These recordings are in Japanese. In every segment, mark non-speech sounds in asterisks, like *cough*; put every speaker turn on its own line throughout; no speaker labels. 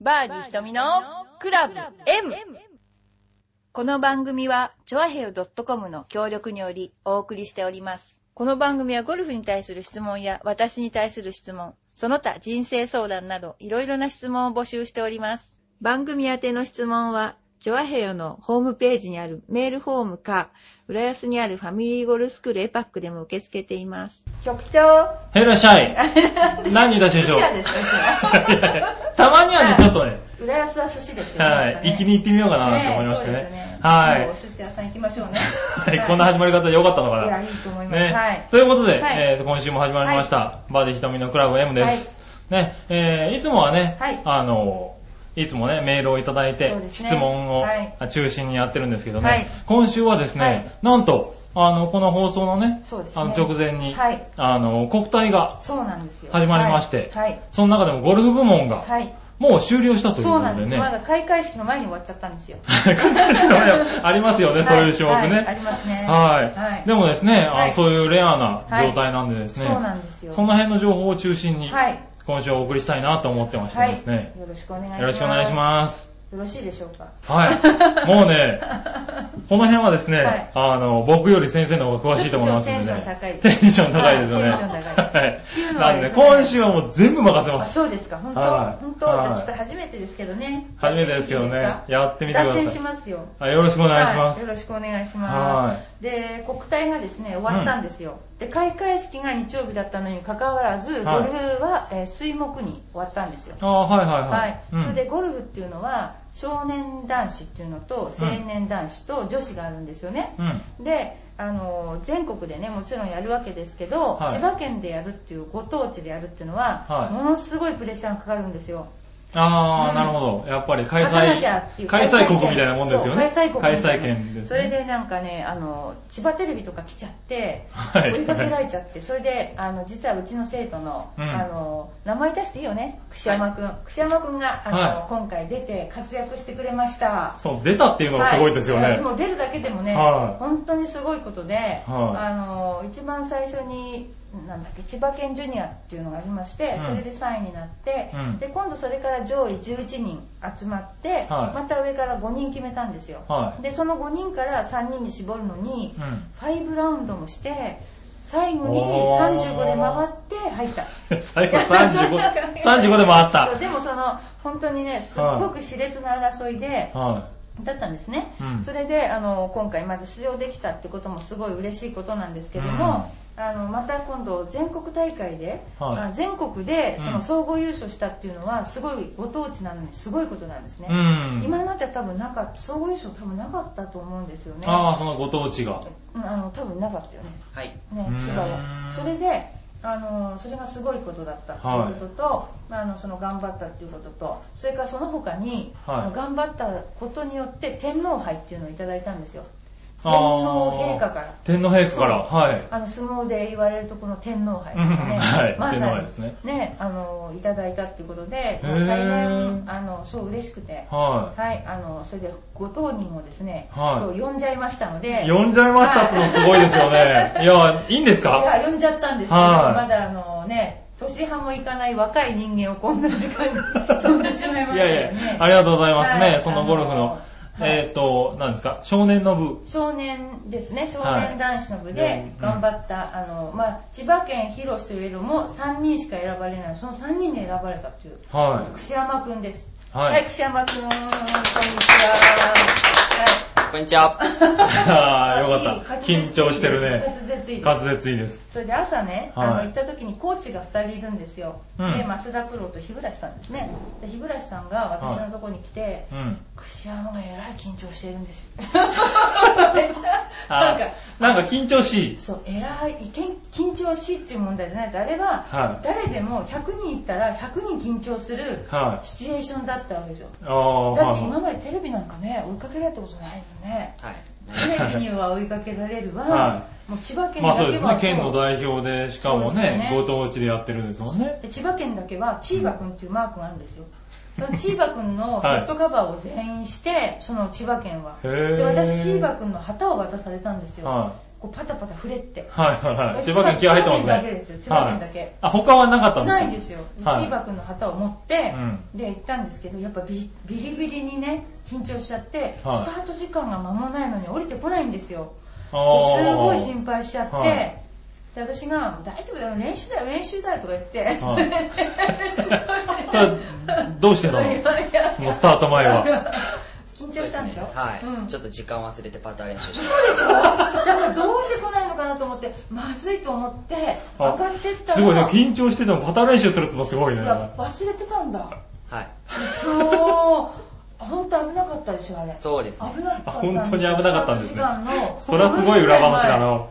バーディー瞳のクラブ M! この番組は、チョアヘル .com の協力によりお送りしております。この番組はゴルフに対する質問や私に対する質問、その他人生相談などいろいろな質問を募集しております。番組宛ての質問は、チョアヘヨのホームページにあるメールフォームか、浦安にあるファミリーゴルフスクールエパックでも受け付けています。局長、
ヘらっしゃい。何出しでしょう。たまにはね、ちょっとね、
浦安は寿司ですよね。
はい、行きに行ってみようかなと思いまして
そうです
ね。は
もうお寿司屋さん行きましょうね。
い。はい、こんな始まり方良かったの
いや、
か
いいと思い
な。
ます。はい
ね。。ということで、
はい
えーと今週も始まりました、バーディー瞳のクラブ M です。ね、えーいつもはね
はい、
あの、いつもね、メールをいただいて
そう、ですね
質問を
はい
あ中心にやってるんですけど
はい
ね、今週はです
はい
ね、なんと、あの、この放送のね
そうで、すね
あの、直前に
はい、
あの、国体が
*laughs* そうなんですよ。
始まりまして
はい。
その中でもゴルフ部門が
はい。はい
もう終了したという
そ
こ
うなん
と
で。
ですね。
まだ開会式の前に終わっちゃったんですよ。
各地 *laughs* のねありますよね、そういう種目
はいあり
ね。
ますね。
はい。でもですね、あ
はい
そういうレアな状態なんでですね、
そうなんですよ。
その辺の情報を中心に、
はい。
今週お送りしたいなと思ってまして
はい。
ですね、
よろしくお願いします。
よろしくお願いします。
す。よろしいでしょうか。 *laughs*
はい。もうね、この辺はですね、
はい
あの、僕より先生の方が詳しいと思いますんでね。
ちょっとテ
テンション高いですよね。
はいテンション高いっていうのは
はい。なん
で
ですね、
ね
今週はもう全部任せま
あ
す。
そうですか。本当
はい
本当
はい
じゃあちょっと初めてですけどね。
初めてですけどねやってみてください
脱線しますよ。
はいよろしくお願いしま
は
す
よ。ろしくお願いします。で、国体がですね、終わったんですよ。で、開会式が日曜日だったのに関わらず、ゴルフ
はい
は、えー水木に終わったんですよ。
ああ、はいはいはい。
はい。
うん
それでゴルフっていうのは、少年男子っていうのと、青年男子と女子があるんですよね。
うん。
で、あのー全国でねもちろんやるわけですけど、
はい
千葉県でやるっていうご当地でやるっていうのは、
はい
ものすごいプレッシャーがかかるんですよ。
あー、
うん
なるほど。やっぱり開
勝たなきゃ
催
ってい、う
開催国みたいなもんですよね。
そう開催国。
開催権です、
そ
ね。
れでなんかね、あの、千葉テレビとか来ちゃって、
はい
追いかけられちゃって、それで、あの、実はうちの生徒の、
うん
あの、名前出していいよね、串山くん。串山くんが、あの、
は
今回出て活躍してくれました。
そう、出たっていうのがすごいですよね。
はいもう出るだけでもね、
はい
本当にすごいことで、あの一番最初になんだっけ千葉県ジュニアっていうのがありまして、
うん
それで3位になって、
うん
で今度それから上位11人集まって、
はい
また上から5人決めたんですよ、
はい
でその5人から3人に絞るのに、
う
5ラウンドもして最後に
おー
35で回って入った。
ん。 *laughs* 最後
そう *laughs* なんか
35、
ね
35で回った
そう。でもその本当にねすっごく熾烈な争いで、
は
だったんですね、
うん
それであの今回まず出場できたってこともすごい嬉しいことなんですけども、あのまた今度全国大会で、
はい
あ全国でそうの
ん
総合優勝したっていうのはすごいご当地なのにすごいことなんですね
い。う、ん。
今までは多分なかった総合優勝多分なかったと思うんですよね
あー、そのご当地が。
うんあの多分なかったよね
はい。
ね
うん
千葉はそれであのそれがすごいことだったと
はい
いうことと、まあ、あのその頑張ったっていうこととそれからその他に、
はい
あの頑張ったことによって天皇杯っていうのをいただいたんですよ天
あ
皇
ー
陛下から
天皇陛下から。
そう
はい。
あの相撲で言われるとこの天皇杯です
う
ね
ん *laughs* はい
まさに
天皇杯ですね
あのいただいたっていうことで
ー
もう大変あのそう嬉しくて
は
はいあのそれでご当人をですね、
は
そう
い
呼んじゃいましたので
い。呼んじゃいましたってのすごいですよね。いや、いいんです
い
か
や、呼んじゃったんですけど、
はい
まだあのね、年半もいかない若い人間をこんな時間に *laughs* 呼んでしまいまし
い
たよ
や
ね。
いや、ありがとうございます
は
ね。
い
そのゴルフの。
あのはい
えっと、何ですか少年の部。
少年ですね、少
は
年
い
男子の部
で
で
うん
頑張った、あの、まあ、千葉県広市といえども3人しか選ばれない、その3人で選ばれたという、
は
串山くんです。
い。はい。
串山くん、こんにちは。
こんにちは。
ああ、
はい
よかった。
いい
緊張してるね。
滑舌いいです
滑舌いいです。
それで朝ね、
はい
あの行った時にコーチが2人いるんですよ、
うん
で増田プロと日暮さんですねで日暮さんが私のとこに来て、
うん。
串山がえらい緊張してるん
*laughs*
ですよな
あ
んか
ーなんか緊張しい。
そうえらいいけん緊張しいっていう問題じゃないですあれは、
はい
誰でも100人いったら100人緊張する
はい
シチュエーションだったわけですよ
ああ、
だっ
は
て
い
今
は
までテレビなんかね追いかけられたことないの
*laughs*
ね
はい。
テレビには追いかけられるわ、
は
もう千葉
い。
県
まあ
だけ
そう
は
ですね。県の代表で、しか
そ
も
うですね
ね、ご当地でやってるんですもんね。
で千葉県だけはチーバくんっていうマークがあるんですよ。そのチーバくんのヘ
*laughs* はい
ッドカバーを全員して、その千葉県は。
へー
で、私チーバくんの旗を渡されたんですよ。
は
こうパタパタ触れって。
はいはいはい。千葉県気合入ってますね。
千葉県だけですよ千葉県だけ
はいあ、他はなかったんです
ないですよ。
はい
千葉君の旗を持って、
う
で行ったんですけど、やっぱビビリビリにね、緊張しちゃって、スタ
はい
ート時間が間もないのに降りてこないんですよ。
あ
で
ー
すごい心配しちゃって、
はい
で私が、大丈夫だよ、練習だよ、練習だよとか言 *laughs* って、
それどうしてたのそのスタート前は。
緊張したんでしょ
はい、
うん
ちょっと時間忘れてパターン練習して
そうでしょだからどうして来ないのかなと思って、まずいと思って、上がってったら、
すごいね、緊張しててもパターン練習するってのすごいね。
いや忘れてたんだ。
はい。
そう、本当危なかったでしょ、あれ。
そうですね。
危なかった
あ本当に危なかったんですね
時間の
そりゃすごい裏話だな。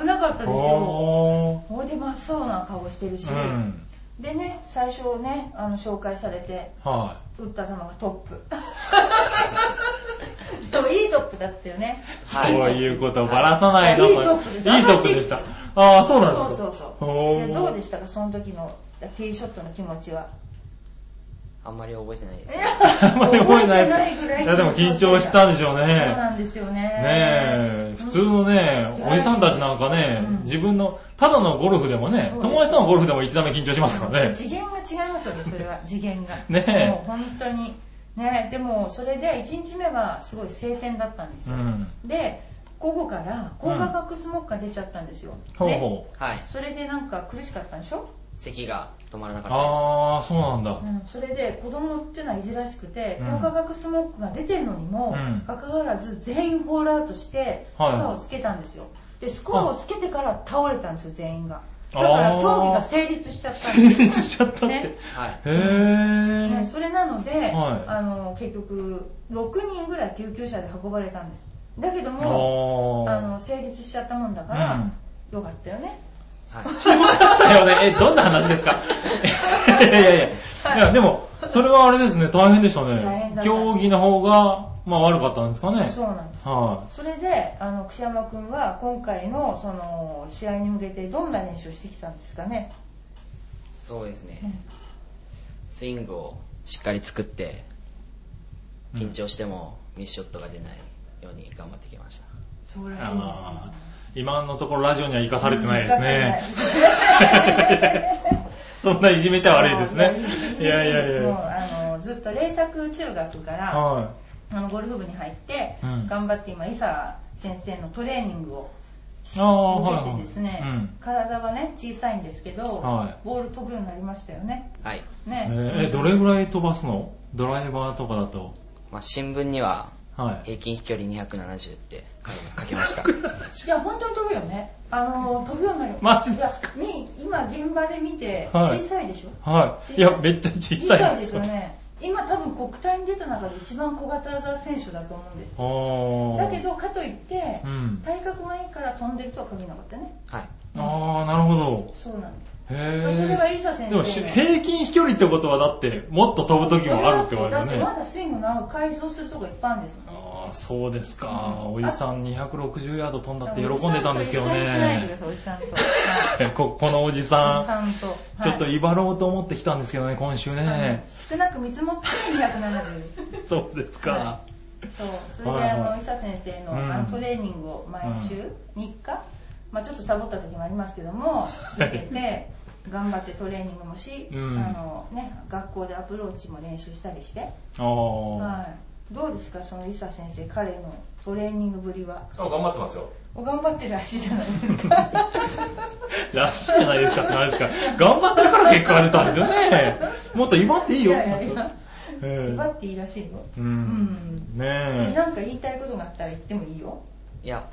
危なかったですよ。
お
ほいで真っ青な顔してるし、
ー。うん。
でね、最初ね、あの紹介されて、
は
打った球がト
*laughs*
ップ。でもいいトップだったよね。
い。そ
はいう
いうことをばらさないの
いいトップでした
いいトップでした。ああ、そうなん
そ
で
う
す
そ
か
うそ
お
う。
ー
でどうでしたか、その時のティーショットの気持ちは。
あんまり覚えてないです。
*laughs* あんまり覚えてない
覚え
で
て
す
ぐら
いやでも緊張したんでしょうね。
そうなんですよね。
ねえ、普通のね、
うん
おじさんたちなんかね
うん、
自分の、ただのゴルフでもね
そう、です
友達とのゴルフでも一段目緊張しますからね。
次元が違いますよね、それ
*laughs*
は。次元が。
ねえ
もう本当に。ねえ、でも、それで1日目はすごい晴天だったんですよ。
うん。
で、午後から高画角スモッグが出ちゃったんですよ。
ほう
ね
ほう。
はい。
それでなんか苦しかったんでしょ、
咳が止まらなかっ
あー、そうなんだ
う。ん、それで子供っていうのは珍しくて、
うん
高価格スモッグが出てるのにも
うん
かかわらず全員ホールアウトしてスコ
はい
アをつけたんですよ、でスコアをつけてから倒れたんですよ全員がだ
あー
から競技が成立しちゃったんですよ
成 *laughs* 立 *laughs* しちゃったって。
ね
へ
たです。はい。
ね
ー。
それなので、
はい
あの結局6人ぐらい救急車で運ばれたんですだけど
あ
もあ
ー。
の成立しちゃったもんだから、
うん
よかったよね
はい。
だよね。え、どんな話で
*laughs*
すかいやいやいや。いや、でも、それはあれですね、大変でした
大変だ
ね。
った
競技の方が、まあ悪かったんですか
*laughs*
ね。
そうなんです
は
それであの櫛山君は今回のその試合に向けてどんな練習をしてきたんですかね、
そうですね。スイングをしっかり作って、
い。
緊張してもミスショットが出ないように頑張ってきました。
そうらしいんですよ
あー今のところラジオには生かされてないですね。そんないじめちゃ *laughs* 悪いですね。
い *laughs*
い
や
や
い
い
や
や
いや。
い
もう
や。
あのずっと麗澤中学から
は
あのゴルフ部に入って、
うん
頑張って今伊佐先生のトレーニングを
い。ああ、
受
はい
け
は
て
い。
ですね、
うん
体はね小さいんですけど、
は
ボール飛ぶようになりましたよね。
はい。
ね。
えー、どれぐらい飛ばすのドライバーとかだと。
まあ、新聞には
はい。
平均飛距離270って書きま
*laughs*
した。
いや、本当に飛ぶよね。あの、飛ぶようになる。
マジです
かみ今、現場で見て、
は
小
い
さいでしょ、
はい。いや、めっちゃ小さい
で
ですす
よ
よ。
ね。今、多分国体に出た中で一番小型な選手だと思うんです
あ
よ。
ー
だけ、ど、かといって、
うん。
体格がいいから飛んでるとは限らなかったね。
はい。
ああ、なるほど。
そうなんです。
へ
それは伊佐先生
え。でもし、平均飛距離ってことはだって、もっと飛ぶ時もあるってこと
だ
だよ
って
ね
ま。だスイングの改造するとこいっぱいあるんですもん。
ああ、そうですか。
うん
おじさん260ヤード飛んだって喜んでたんですけど
おじさんと一緒にしないでくだ
ね。
さい、おじさんと。
ここのお
はい
じ
お
さ
じ
ん。
さんと。
ちょっと
はい
威張ろうと思ってきたんですけどね、今週ね。
あの少なく見積もって270です。
そうです
は
か。
そう、それで
はい
あ
はい
の伊佐先生の
うん
あのトレーニングを毎週3日、まあちょっとサボった時もありますけど
*laughs*
も、受けて、頑張ってトレーニングもし、
うん
あのね、学校でアプローチも練習したりして、
ああ。
はい、どうですか、その伊佐先生、彼のトレーニングぶりは。
あ頑張ってますよ。
お頑張ってるらしいじゃないですか。
らしいじゃないですか、なんですか。頑張ったから結果が出たんですよね。もっと威張っていいよ。
いやいやいや、
ええ
威張っていいらしいよ。
う
うん
ん。ね
なんか言いたいことがあったら言ってもいいよ。
いや、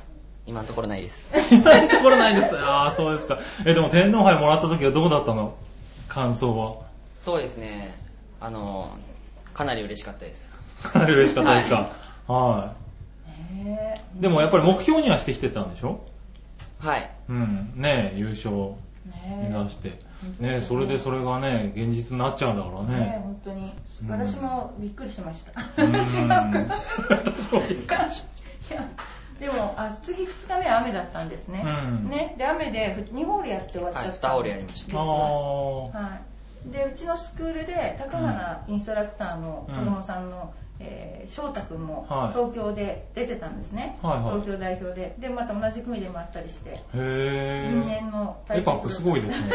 今のところないです。
え。痛いところないです。ああ、そうですか。え、でも天皇杯もらった時はどうだったの感想は。
そうですね。あの、かなり嬉しかったです。
かなり嬉しかったですか。は
ね
い。でもやっぱり目標にはしてきてたんでしょ
はい。
うん。ねえ、優勝
え
目
ねえ
指して。ねえ、それでそれがね、現実になっちゃうんだから
ね
ね。
本当に
うん
私もびっくりしました、*laughs*
うん
違うかな
*laughs* そうびっくりし
いやでもあ次2日目は雨だったんですね、
うん
ねで雨で2ホールやって終わっちゃった、
はい二ホールやりました
です
あ
よ
ー
はいでうちのスクールで高花インストラクターの子供さんのえー翔太君も
はい
東京で出てたんですね、
はいはい
東京代表ででまた同じ組でもあったりして因
へ
縁の
ー。エパックすごいですね。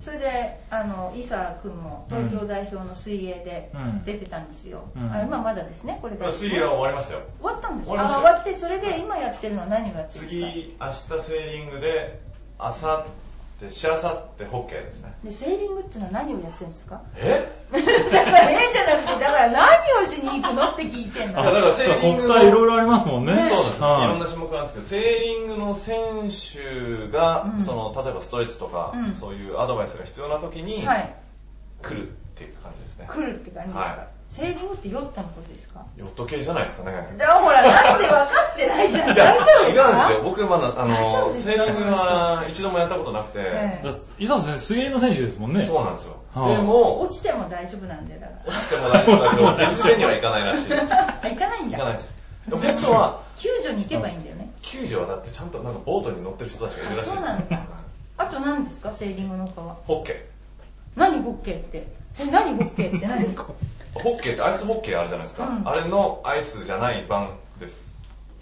それであの伊佐君も東京代表の水泳で
うん
出てたんですよ、
うん
あ今まだですねこれからですね
水泳は終わりましたよ。
終わったんです
終わり
あ
ました
終わってそれで今やってるのは何をやってるんですか
次、明日セーリングで、あさって、しあさってホッケーですね。
でセーリングっていうのは何をやってるんですか *laughs*
え
だからええじゃなくてだから何をしに行くのって聞いてん
あ
の
だからセーリングの
国体いろいろありますもんね。
そうなんです。いろんな
は
種目なんですけど、セーリングの選手が、
うん
その、例えばストレッチとか、
うん
そういうアドバイスが必要な時に、
はい
来るっていう感じですね。
来るって感じですか、
はい
セーリングってヨットのことですか
ヨット系じゃないですかね。
だからほらなんで分かってないじゃん
いや
大丈夫ですか
違うんですよ。僕まだ、あ
大丈夫
の、
です
セ
か
ーリングは一度もやったことなくて、
え
だ伊沢先生、水泳の選手ですもんね。
そうなんですよ。
はい
でも、
落ちても大丈夫なんでだか
落ちても大丈夫だけど、水辺には行かないらしいです。行 *laughs*
らあ行かないん
かないで
だ
す。でも本当は、
救助に行けばいいんだよね
救助はだってちゃんとなんかボートに乗ってる人たちがいるらしい。
あそうなんだあと何ですかセーリングの他は
ホッケ
何ホッケーってえ何ホッケーって何
ー。ホッケーってアイスホッケーあるじゃないです
う
か。
ん
あれのアイスじゃない版です。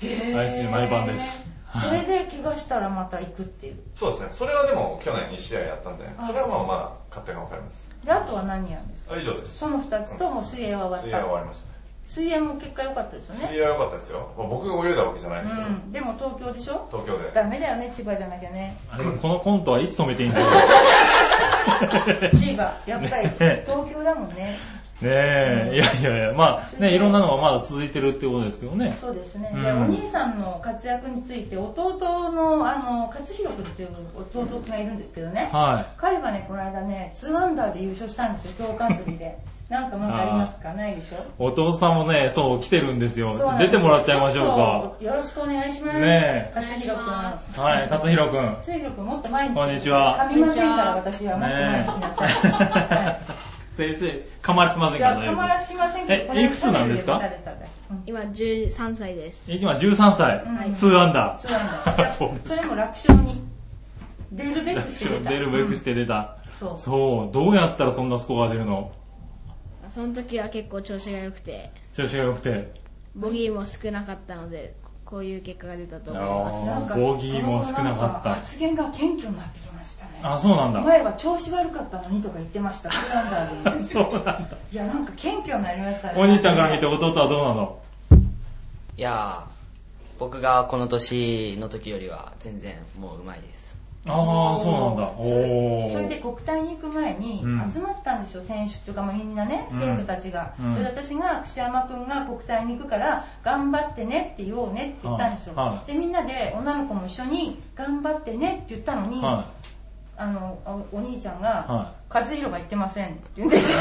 へ
アイスに毎晩です
それで怪我したらまた行くっていう
そうですね。それはでも去年1試合やったんで、それはまあまだ勝手がわかります。
であとは何やるんですか
あ以上です。
その2つとも水泳は終わ
水泳は
っ
終
た
わりましたね。
水泳も結果良かったですよ
水
ね
泳は良かったですよ。まあ僕が泳いだわけじゃないですけど、
うんでも東京でしょ
東京で。
ダメだよね千葉じゃなきゃね
あでもこのコントはいつ止めていいんだろ
千葉やっぱり
ね
東京だもんね
う。ねえ、いやいやいや、まあね、いろんなのがまだ続いてるってことですけどね。
そうですね、
うん
でお兄さんの活躍について弟のあの勝弘君っていう弟がいるんですけどね、
は
彼がねこの間ね2アンダーで優勝したんですよ京カントリー
*laughs*
でなんかまだありますかないでしょ
い。お父さんもね、そう、来てるんですよ
そうな。んで
出
す
てもらっちゃいましょうか。
ちょっとよろしくお願いします
ね
勝弘
お願いしま
君
はい、勝弘くん。
勝弘君もっと前に
こんにちは
噛みませんから私はもっと前に来なさい、は
ねえ。 *laughs* 先生、噛まれてませ
い、
ん
い
か
や
ら
か
大丈
ま
夫
ら
で
しませんけど
え
これ
いくつなんですか
二人で打たれたでうん
今13歳です。
す。今13歳
うん、
2アンダ
そうなんだ
ー。そうです
それも楽勝に出るべくして出た
*laughs* 出るべくして出た。
そう
そう、どうやったらそんなスコアが出るの
その時は結構調子が良くて、
調子が良くて。
ボギーも少なかったので、こういう結果が出たと思います。
あーボギーも少なか
なん
っ
発言が謙虚になってきましたね
た。あ、そうなんだ。
前は調子悪かったのにとか言ってま
*laughs*
したスランダーで
そうなんだ。
いやなんか謙虚になりましたね
お兄ちゃんから見て弟はどうなの
いやー、僕がこの年の時よりは全然もう上手いです。
ああ、そうなんだ。お
それで
ー。
国体に行く前に
うん
集まったんですよ、選手っていうかもうみんなね、
うん
生徒たちが、
うん
それで私が櫛山君が国体に行くから頑張ってねって言おうねって言ったんですよ、
はいはい
でみんなで女の子も一緒に頑張ってねって言ったのに、
は
あのおお兄ちゃん
は
が「和弘が言ってません」って言うんです
*laughs*
よ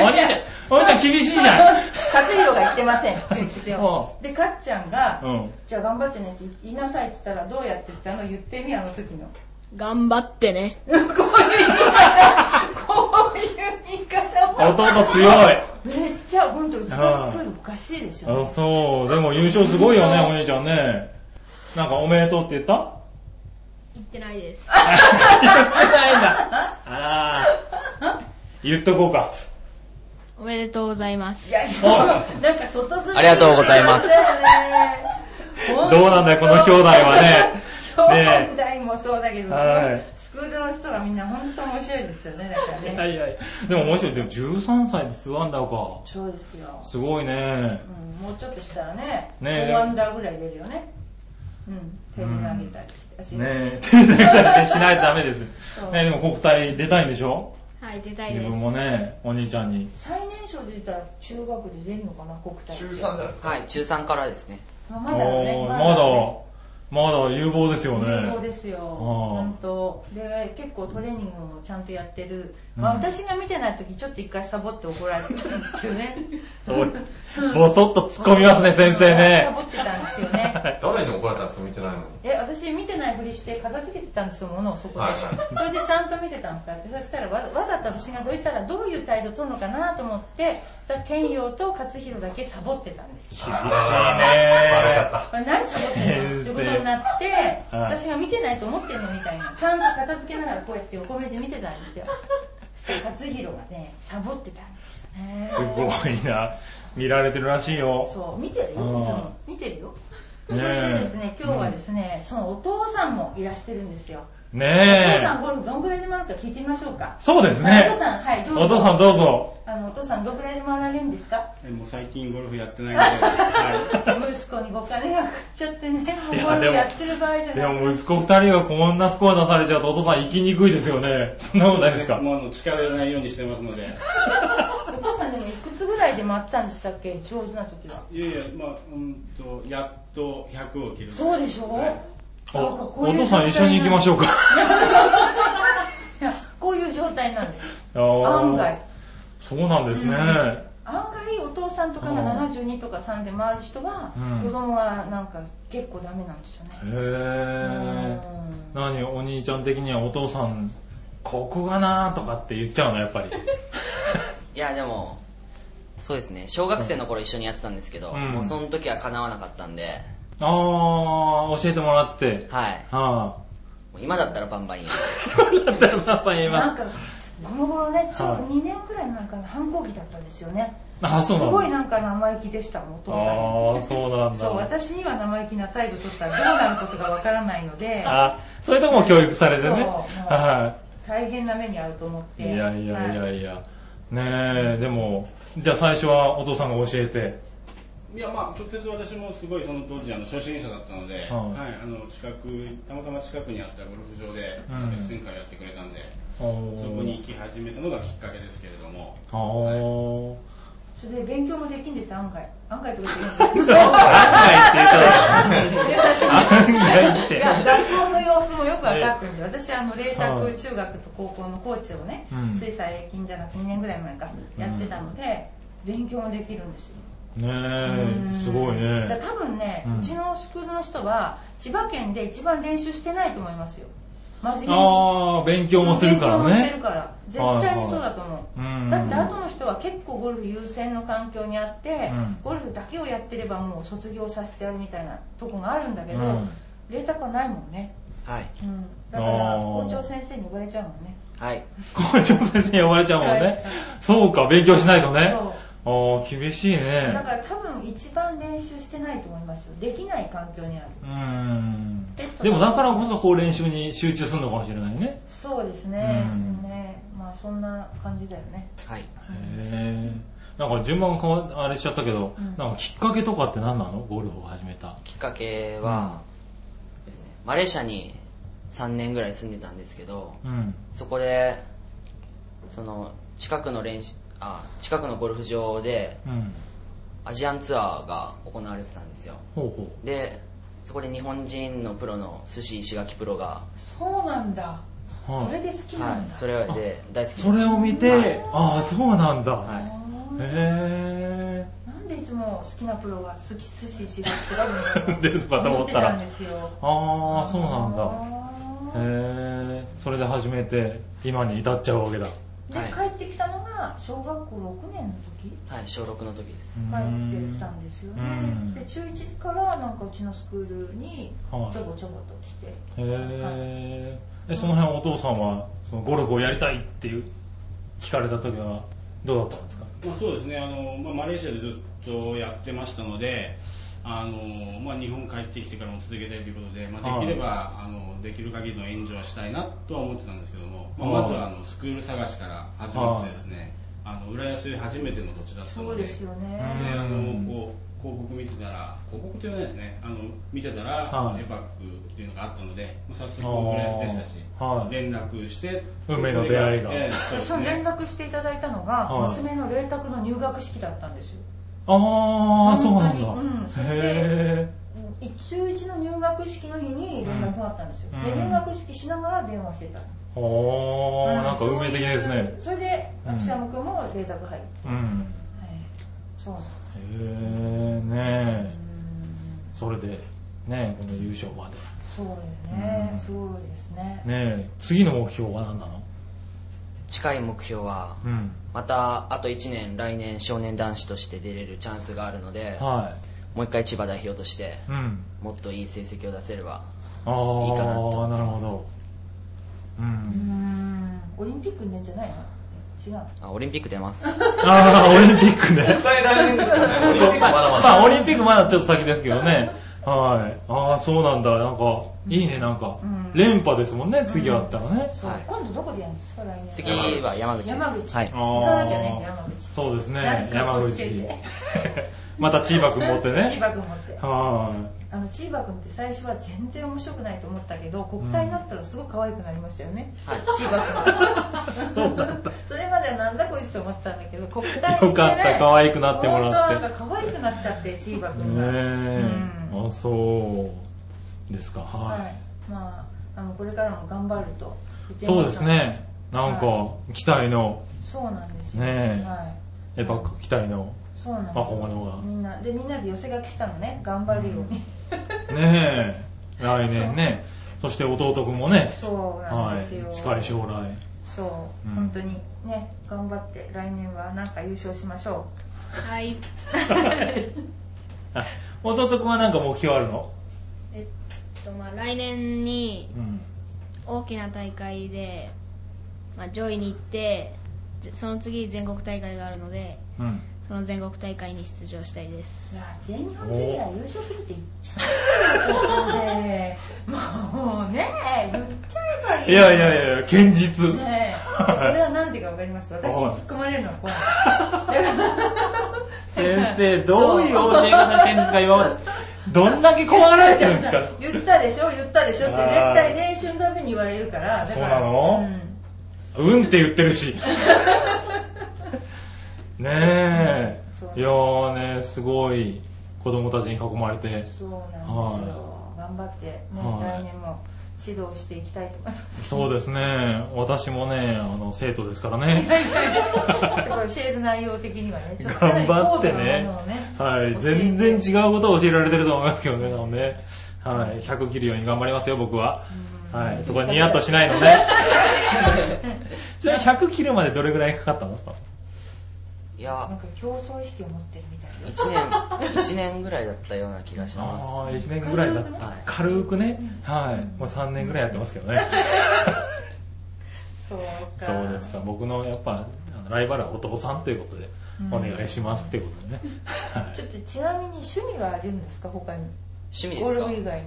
い。お兄ちゃん、お兄ちゃん厳しいじゃん。
和弘が言ってません *laughs* って言うんですよ
う
でかっちゃんが、
うん。
じゃあ頑張ってねって言いなさいって言ったらどうやって言ったの言ってみあの時の
頑張ってね。
*laughs* こういう言い方こういう言い方も
弟強い。
めっちゃ本当うちのスクールおかしいでしょ、
あそう、でも優勝すごいよね、お姉ちゃんね。なんかおめでとうって言った
行ってないです。
言ってないん
*laughs*
だ。あら言っとこうか。
おめでとうございます。
いやいやなんか外付け
ありがとうございます
ど
どうなんだよこの兄弟はね
兄弟もそうだけど、
はい
スクールの人がみんな本当面白いですよね、だから
いや
ね。
いやいや。でも面白い。でも13歳で2アンダーか。
そうですよ、
すごいね。
うん。もうちょっとしたらね、
ねえ
4アンダーぐらい出るよね。うん、手に投げたりして。足
ねえ、手伝いしないとダメです。ね
そう
えでも国体出たいんでしょ
はい、出たい
自
で
分。
す
もね、お兄ちゃんに。
最年少で出たら中学で出るのかな、国体って。
中3じゃないですか。
はい、中3からですね。
まあ
お
まだね
ー、まだ、まだ有望ですよね。
そうですよ、
ああ
本当で結構トレーニングもちゃんとやってる、
うん
まあ、私が見てない時ちょっと一回サボって怒られてたんですけどね
*laughs* そうぼそっと突っ込みますね、先生ね
*laughs* サ。ボってたんですよね
誰に怒られたんですか見てないのに。
え私見てないふりして片付けてたんですよ物をそこで、
はいは
それでちゃんと見てたのかってそしたらわざわざと私がどいたらどういう態度取るのかなと思って健陽と勝弘だけサボってたんですよ
厳しいね
バレちゃった。
これ何サボってんのってことになって、私が見てないと思ってんのみたいな。ちゃんと片付けながらこうやって横目で見てたんですよ。そして勝弘がね、サボってたんですよね。
すごいな。見られてるらしいよ。
そう、見てるよ、いつ
うん
も。見てるよ。そ
ねえ
れでですね、今日はですね、そのお父さんもいらしてるんですよ。お父さん
ねえ。
ゴルフどんぐらいで回るか聞いてみましょうか。
そうです
お
ね
父。さん、はい、どうぞ。
お父さんどうぞ。
あの、お父さんどんぐらいで回られるんですか
えもう最近ゴルフやってないので、はい
息子にお金がかかっちゃってね、もう
い
ゴ
や
ル
で
フ
も
やってる場合じゃ
で
ない。
も息子二人がこんなスコア出されちゃうとお父さん行きにくいですよね。そんなことないですか。
もうあの力入れないようにしてますので、
お父さんでもいくつぐらいで回ってたんでしたっけ上手な時は。
いやいや、まあ、うんと、やっと100を切る。
そうでしょ、
はい
お
なんかこう
お
いう
父さん一緒に行きましょうか。
*laughs* いやこういう状態なんです。
あー
案外。
そうなんですね。
案外お父さんとかが72とか3で回る人は、
うん
子供はなんか結構ダメなんですよね。
へえ *laughs*
うん。
何お兄ちゃん的にはお父さん、ここがなーとかって言っちゃうの、や
*laughs*
っぱり。
いや、でも、そうですね。小学生の頃一緒にやってたんですけど、
うん
もうその時は叶わなかったんで、
あー、教えてもらって。
はい。
は
もう今だったらバンバンやる。
ぁ。だったらパパ言
な
いま
ん
す。
か、ゴロゴロね、ちょう
はい
ど2年くらい前から反抗期だったんですよね。
あ、
す
そうなんだ。
ごいなんか生意気でしたもん、お父さんに。
あー、そうなんだ。
そう、私には生意気な態度取ったらどうなることがわからないので、
あ、そういうとこも教育されてね。
そう
は
大変な目に遭うと思って。
い。いやいやい
は
やいや。ねえ、でも、じゃあ最初はお父さんが教えて。
いや、まあ、直接私もすごいその当時、あの、初心者だったので、はい、
はい
あの、近く、たまたま近くにあったゴルフ場で
うん、
レッスン会やってくれたんで、
そこ
そこに行。き始めたのがきっかけですけれども、
あー。
それで勉強もできんですよ、案
*laughs*
外。案外とか
案外って言っち
言っ
ゃ
て
*laughs* 案外って
いや、学校の様子もよく分かってるんで、私、あの、麗澤中学と高校のコーチをね
うん、
つい最近じゃなくて2年ぐらい前か、やってたので、勉強もできるんですよ。
ねえ、すごい
だ
ね。
から多分ね、
うん
うちのスクールの人は、千葉県で一番練習してないと思いますよ。真面目に。
ああ、勉強もするから
勉強もしてる
ね。
から絶対にそうだと思う、
はいはいうん
だって後の人は結構ゴルフ優先の環境にあって、
うん
ゴルフだけをやってればもう卒業させてやるみたいなとこがあるんだけど、
うん
麗沢はないもんね、
はい。
うん、だから
あー
校長先生に呼ばれちゃうもんね
はい。
校長先生に呼ばれちゃうもん
はい
ね。そうか、勉強しないとね。あ
そう
あー、厳しい
だ
ね。
から多分一番練習してないと思いますよできない環境にある
うん
テス。ト
でもだからこそこう練習に集中するのかもしれないね。
そうですね、
うん
ねまあそんな感じだよね
はい。
へえ。なんか順番変わあれしちゃったけど、
うん
なんかきっかけとかって何なのゴルフを始めた。
きっかけは、ですね、マレーシアに3年ぐらい住んでたんですけど、
うん。
そこで、その、近くの練習、あ、近くのゴルフ場で、
うん。
アジアンツアーが行われてたんですよ。
ほうほ
で、そこで日本人のプロの寿司石垣プロが、
そうなんだ、
う。はい
それで好きな
は
ん
い、
だ、
それで大好き
それを見て、
はい
ああ、そうなんだ。
はい
あー
へ
なんでいつも好きなプロは好き寿司しがってた
*laughs*
の
出るかと思ったら
思ってたんですよ
ー。ああ、そうなんだ。
だ
へえ。それで初めて今に至っちゃうわけだ。
で帰ってきたのが小学校6年の時
はい、小6の時です。
帰ってきたんですよね
うん
で中1からなんかうちのスクールに
はい
ちょこちょこと来て、
へえ。え、その辺お父さんは、そのゴルフをやりたいっていう、聞かれた時は、どうだったんですか
まあ、そうですねあの、まあ、マレーシアでずっとやってましたので、あのまあ、日本帰ってきてからも続けたいということで、まあ、
は
で
い
きれば、あのできる限りの援助はしたいなとは思ってたんですけども、まあ、
はい
まずはあのスクール探しから始まってですね、あの浦安より初めての土地だった
そ
の
う
で。
ですよ
で
ね、
あ
う
の
ん
こう広告見てたら広告って言わないですねあの見てたら、
はい
エバックっていうのがあったのでもう早速浦安でしたし、
あーはい
連絡して
運命の出会いが
ええそう
で
です
*laughs* その連
ね
絡していただいたのが
はい
娘の麗沢の入学式だったんですよ
ああ、そうな
本当にうん
ん
そ
だ。
れで
へ
中1の入学式の日に連絡があったんですよ、
うん
で
うん
入学式しながら電話してた
え。おー、なんか運命的ですね。
そういうそれで
うん
秋山君も麗沢入って、
うん。
そうなんです
へえ、ねえ
う。ん
それで、ねえ、この優勝まで。
そうだよね、
うん
そうですね
ねえ、次の目標は何なの
近い目標は、
うん。
またあと1年、来年少年男子として出れるチャンスがあるので、
は
もう一回千葉代表として、
い。うん。
もっといい成績を出せれば、
ああ
いいかなと思ってます
なるほど。う。
うんんオリンピックに出るんじゃないの違う。
あオリンピック出
*laughs*
ます。
ああ、オリンピックね
絶。対来年ですからね。オリンピックまだ
*laughs*
ま
まあ、オ
だ。
リンピックまだちょっと先ですけどね。はい。ああ、そうなんだ。なんか、いいね、なんか
うん。
連覇ですもんね、次あったらね。
そう
はい
今度どこでやるんですか、来年。
次は山口です。
山口
はい。
行かなきゃね、
ああ、
山口。
そうです
なん
ね、
か
山
こうつけ
口
て。
*laughs* またチーバくん持って
チー
ね。
バくん持って。
は
あの、チーバくんって最初は全然面白くないと思ったけど、国体になったらすごく可愛くなりましたよね。
はい
チーバくん。
*laughs* そうなんだ。
それまではなんだこいつと思ってたんだけ
*laughs*
ど、国体してね
よかった可愛くなってもらって
本当なんか可愛くなっちゃって、チーバく
い。
んが。
ね
う
え。あそうですか。
は。
はい
まあ、あの、これからも頑張ると言っ
い。
てました
そうです。ね。なんか、期待の、
そうなんですよ。
ねえ
はい。
え、バック期待の。
そうなんです
あ本物が
みんなでみんなで寄せ書きしたのね頑張るように、
ねえ。来年ね。そして弟くんもね。
*laughs* そうな
は
んですよ、
い。近い将来。
そう、
うん
本当にね頑張って来年はなんか優勝しましょ
はい。
あ弟くんはなんか目標あるの
えっと、まあ来年に
うん。
大きな大会で、まあ上位に行って、ぜその次全国大会があるので、
うん。
その全国大会に出場したいです
うい。や全日本ジュニア優勝するって言っちゃうねもうね言っちゃえばいい
いやいやいや、堅実。
ねえそれは何でか分かります私に突っ込まれるのは怖い *laughs*
先生、どういう教え方してるんですか、今まで。どんだけ *laughs* 怖がられてるんですか。
言ったでしょ言ったでしょって絶対練習のために言われるからだから
そうなの
うん
うんって言ってるし。
*laughs*
ね
そう
え。いやーね、すごい子供たちに囲まれて。
そうなんですよ、
は
頑張って、ね
はい
来年も指導していきたいと思いま
*laughs*
す。
そうですね。私もね、あの、生徒ですからね。
だから教える内容的にはね、かな
頑
り
張って
高度な
ね
ものを。
は
教
い。
えて
全然違うことを教えられてると思いますけどね。なので、はい。100切るように頑張りますよ、僕は。はい。そこはニヤッとしないの *laughs* ね。それ100切るまでどれぐらいかかったの
い
なん
や、
か競争意識を持ってるみたいな。
1年、1年ぐらいだったような気がし
あ
ま
あ、1年ぐらいだった。軽くね。はい。もう3年ぐらいやってますけどね。
そうか。
そうですか。僕のやっぱ、あのライバルはお父さんということで、お願いしますっていうことでね。は
ちょ
い
っとちなみに趣味があるんですか他に。
す。趣味で
ゴ
す
ルフ以
か
外に。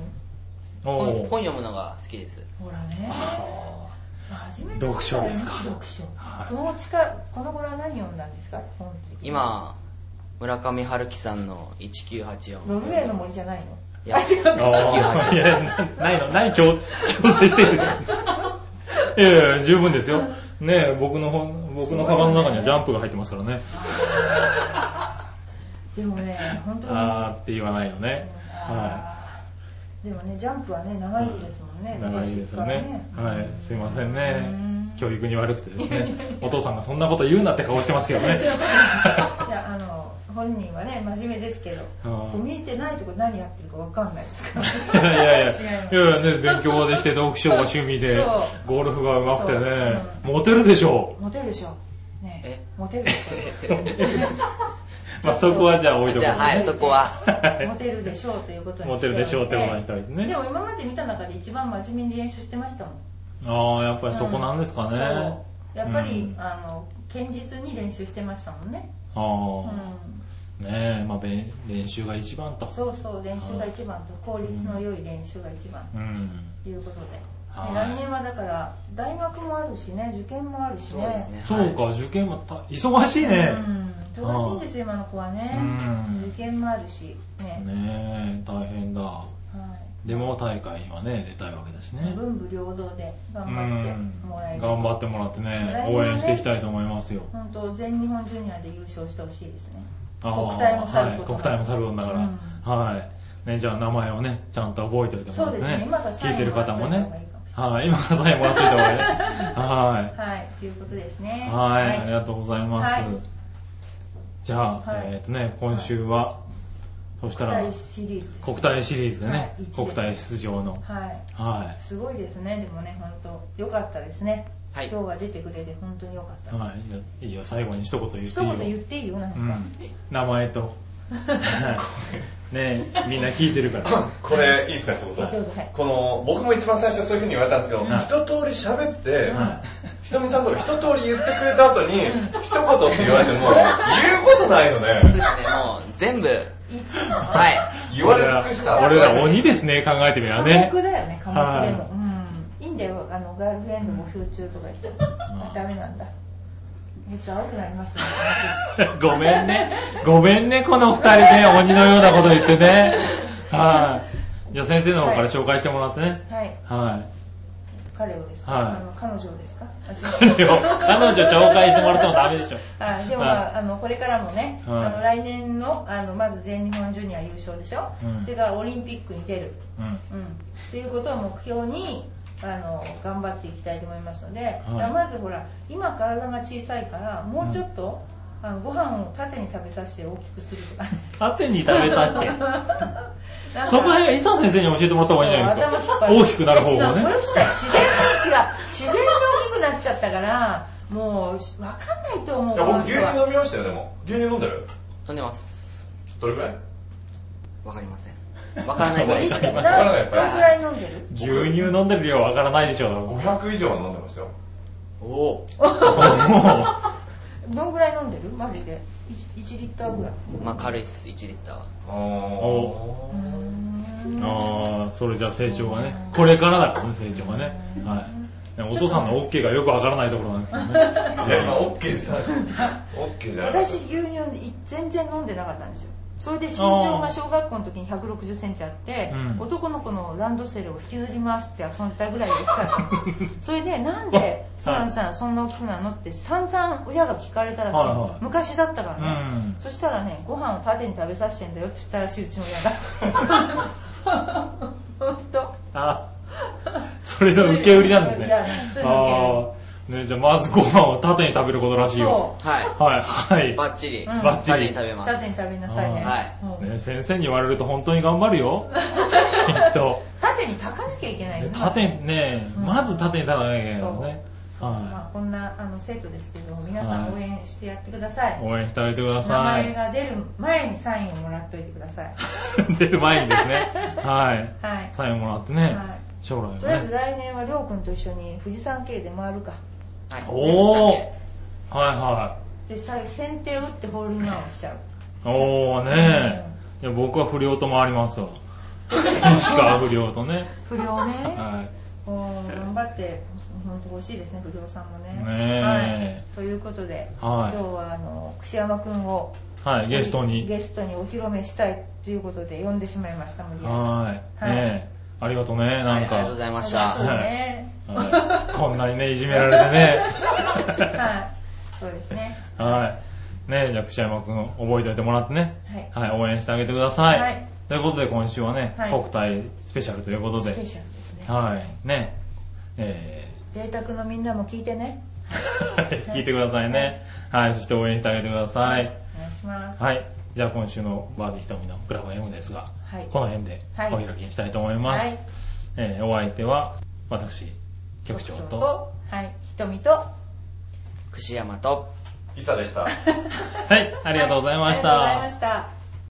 お
本
ー
本読むのが好きです。
ほらね。
あ
初めて
読書ですか
読書。
はい
この近この頃は何読んだんですか本当に
今、村上春樹さんの1984。
ノルウェーの森じゃないの
いや
あ、違う
ー
か。
あー。いや、なないの、ない強、強
*laughs*
制してる。いやいやいや、十分ですよ。ねえ僕の本、僕のカバンの中にはジャンプが入ってますからね。
でもね、本当に。
あーって言わないのね。は
あーでもね、ジャンプはね、長いですもんね。
い。長いですよね。 *laughs*
昔から
はい。すいません
う
ね
ん。
教育に悪くてですね。お父さんがそんなこと言うなって顔してますけどね。
*laughs* いや、あの、本人はね、真面目ですけど、
あー
見てないとこ何やってるかわかんないですから。
い *laughs* やい
違い
やいや、い
ます
やいやね、勉強ができて、読書が趣味で
そう、
ゴルフが上手くてね、モテるでしょ
モテるでしょ。ね
え
モテるでし
う。まあそこはじゃあ置いとく
じゃあ、はい、そこは。
は
ょ。
い
モテるでしょうということに
モテるでしょうってことにして
た
おいてね
でも今まで見た中で一番真面目に練習してましたもん。
ああ、やっぱりそこなんですかね。
そうやっぱり、
うん
あの、堅実に練習してましたもんね。う
あ
ん
あ、ねえ、まあべ練習が一番と。
そうそう、練習が一番と、効率の良い練習が一番
うん。
ということで。
はい
来年はだから、大学もあるしね、受験もあるしね。
そうですね。
そうか、受験もた忙しいうね。
ん。忙しいんですよ、今の子はね
うん。
受験もあるし、ね。
ねえ、大変だ。
は
デモ大会にはね、出たいわけだし
い。
ね。
文武両道で頑
う
張って
ん
もらえる。
頑張ってもらってね、
来年
応
はね
援していきたいと思いますよ。
本当全日本ジュニアで優勝してほしいですね。
あー
国体もさることながら
はい、国体もさることながら、はい、ね、じゃあ名前をねちゃんと覚えておいてもら
そ
って
うで
ね
すね今からサイン
聞いてる方も
もらっといた方がいい
ね
かもし
はい今からサインもらっていた方がいいねは
はい、ということです
い
ね。
はいありがとうございます、
はい
じゃあ、
はい
えっ、とね今週は、そしたら
国体シリーズ。
国体シリーズでね、
はい一
国体出場の
はい。
は
すごいですね、でもね、本当良かったですね。
はい
今日は出てくれて本当に良かった。
い、はいいや、いいよ最後に一言言っていい
一
よ *laughs*
言言っていいよ、なん
う
か。
ん、名前とはいねえ、みんな聞いてるから。
これ、いいですか、仕事。
どうぞはい
この、僕も一番最初そういう風に言われたんですけど、
ん
一通り喋って
ん、
ひとみさんとか一通り言ってくれた後に、一言って言われても、言うことないよ
そうで
ね。
すね、もう全部。はい。
言われ尽くした。
俺ら俺ら鬼ですね、考えてみれば
科
ね。
目だよね科目でも、
はい
うんいいんだよあのガールフレンド募集中とか言ってもダメなんだめっちゃ青くなりましたね
*laughs* ごめんね。ごめんね、この二人 *laughs* ね、鬼のようなこと言ってね。はい。じゃあ先生の方から紹介してもらってね。
はい
は
彼をですか、
はい
あの彼女をですかあ
い。彼
違う
女、彼女紹介してもらってもダメでしょ。
はい、でも、
は
まあ、あのこれからもね、
はい
あの来年のあのまず全日本ジュニア優勝でしょ、
うん
それからオリンピックに出る、
うん。
うん、っていうことを目標にあの頑張っていきたいと思いますので、
い
だからまずほら今体が小さいからもうちょっと、あのご飯を縦に食べさせて大きくするとかね
縦に食べさせて。
*laughs* なんか
そこら辺、伊佐先生に教えてもらった方がいいんじゃないですか。
そう頭引っ張
大きくなる方法
違うこれ
ね。
自体自然に違う自然に大きくなっちゃったからもう分かんないと思う
いや、
この
僕牛
人
乳
は
飲みましたよ、でも。牛乳飲んでる
飛んでます。
どれくらい
わかりません。わからないぐらい
何
で
どの
す
わ
く
からないやっぱり
らい飲んでる
牛乳飲んでる量わからないでしょ。もう、 *laughs*
500以上は飲んでますよ。
おぉ。
どのぐらい飲んでるマジで 1, リッターぐらい
まあ軽いっす、1リッターは。
あ
お
ー。
あー、それじゃあ成長がね。これからだからね、成長がね。はい。でもお父さんの OK がよくわからないところなんですけどね。
いや、今、オッケーじゃない。オッケーじゃない。
私牛乳い全然飲んでなかったんですよそれで身長が小学校の時に1 6 0センチあって、
うん
男の子のランドセルを引きずり回して遊んでたぐらいで大き
*laughs*
かったのそれでなんで「スランさんそんな大きくなの?」って散々親が聞かれたらしい、
はいはい
昔だったから
う
ね、
ん。
そしたらねご飯を縦に食べさせてんだよって言ったらしいうちの親が
*laughs*
*laughs* 本当
あ、それの受け売りなんです
い
ね
やいや。それの受け売り
あー、ね、じゃあまずご飯を縦に食べることらしいよ。
は。
はい、はいい。
バッチリ。
うん
バッチリ
縦に食べます。
縦に食べなさいね、
はい
うん
ね、先生に言われると本当に頑張
*laughs*
るよ。きっと。
縦に炊かなきゃいけないよね
縦にね、
うん
まず縦に立たなきゃいけないからね。
そうま
は
あ、こんなあの生徒ですけど皆さん
は
応
い
援してやってください、
い。応援してあげてくだ
名
さ
前
い。
が出る前にサインをもらっといてください
*laughs* 出る前にですね。
*laughs*
はい。
はい、
サインもらってね。
は
将来
い、とりあえ
を
ず
ね。
来年はりょうくんと一緒に富士山系で回るか
はい。
おー
で
はいは
でさ先手を打ってホールインワンをしちゃう
い。おーねえ。いや、僕は不良と回りま
*laughs*
すわ。石川不良とね。
不良ね、
はい。
もう頑張って本当欲しいですね不良さんもね
ねえ
はい、ということで、今
はい
日はあの串山くんを
はい、ゲストに。
ゲストにお披露目したいということで呼んでしまいました無理やり
はーい。
はい
ねえ。ありがとうね、なん
す
か。
はいありがとうございまし
ありがと
た。
う
ね
はいこんなにね、いじめられてね。
はい、そうですね。
はい。ねえ、じゃあ、串山くん、覚えておいてもらってね。はい、応援してあげてください。
はい
ということで、今週はね、
はい
国体スペシャルということ
ス
で。
ペシャルですね。
はい。ねえ。
麗卓のみんなも聞いてね。
えー *laughs* 聞いてくださいね。はい、そして応援してあげてください。
お願いします。
はい。じゃあ、今週のバーディー瞳のグラブ M ですが、
はい
この辺でお
はい
開きにしたいと思います。
はい
えーお相手は、私、局長と、
はい、ひとみと、
串山と。
イサでした。
はい、ありがとうございました。
ありがとうございました。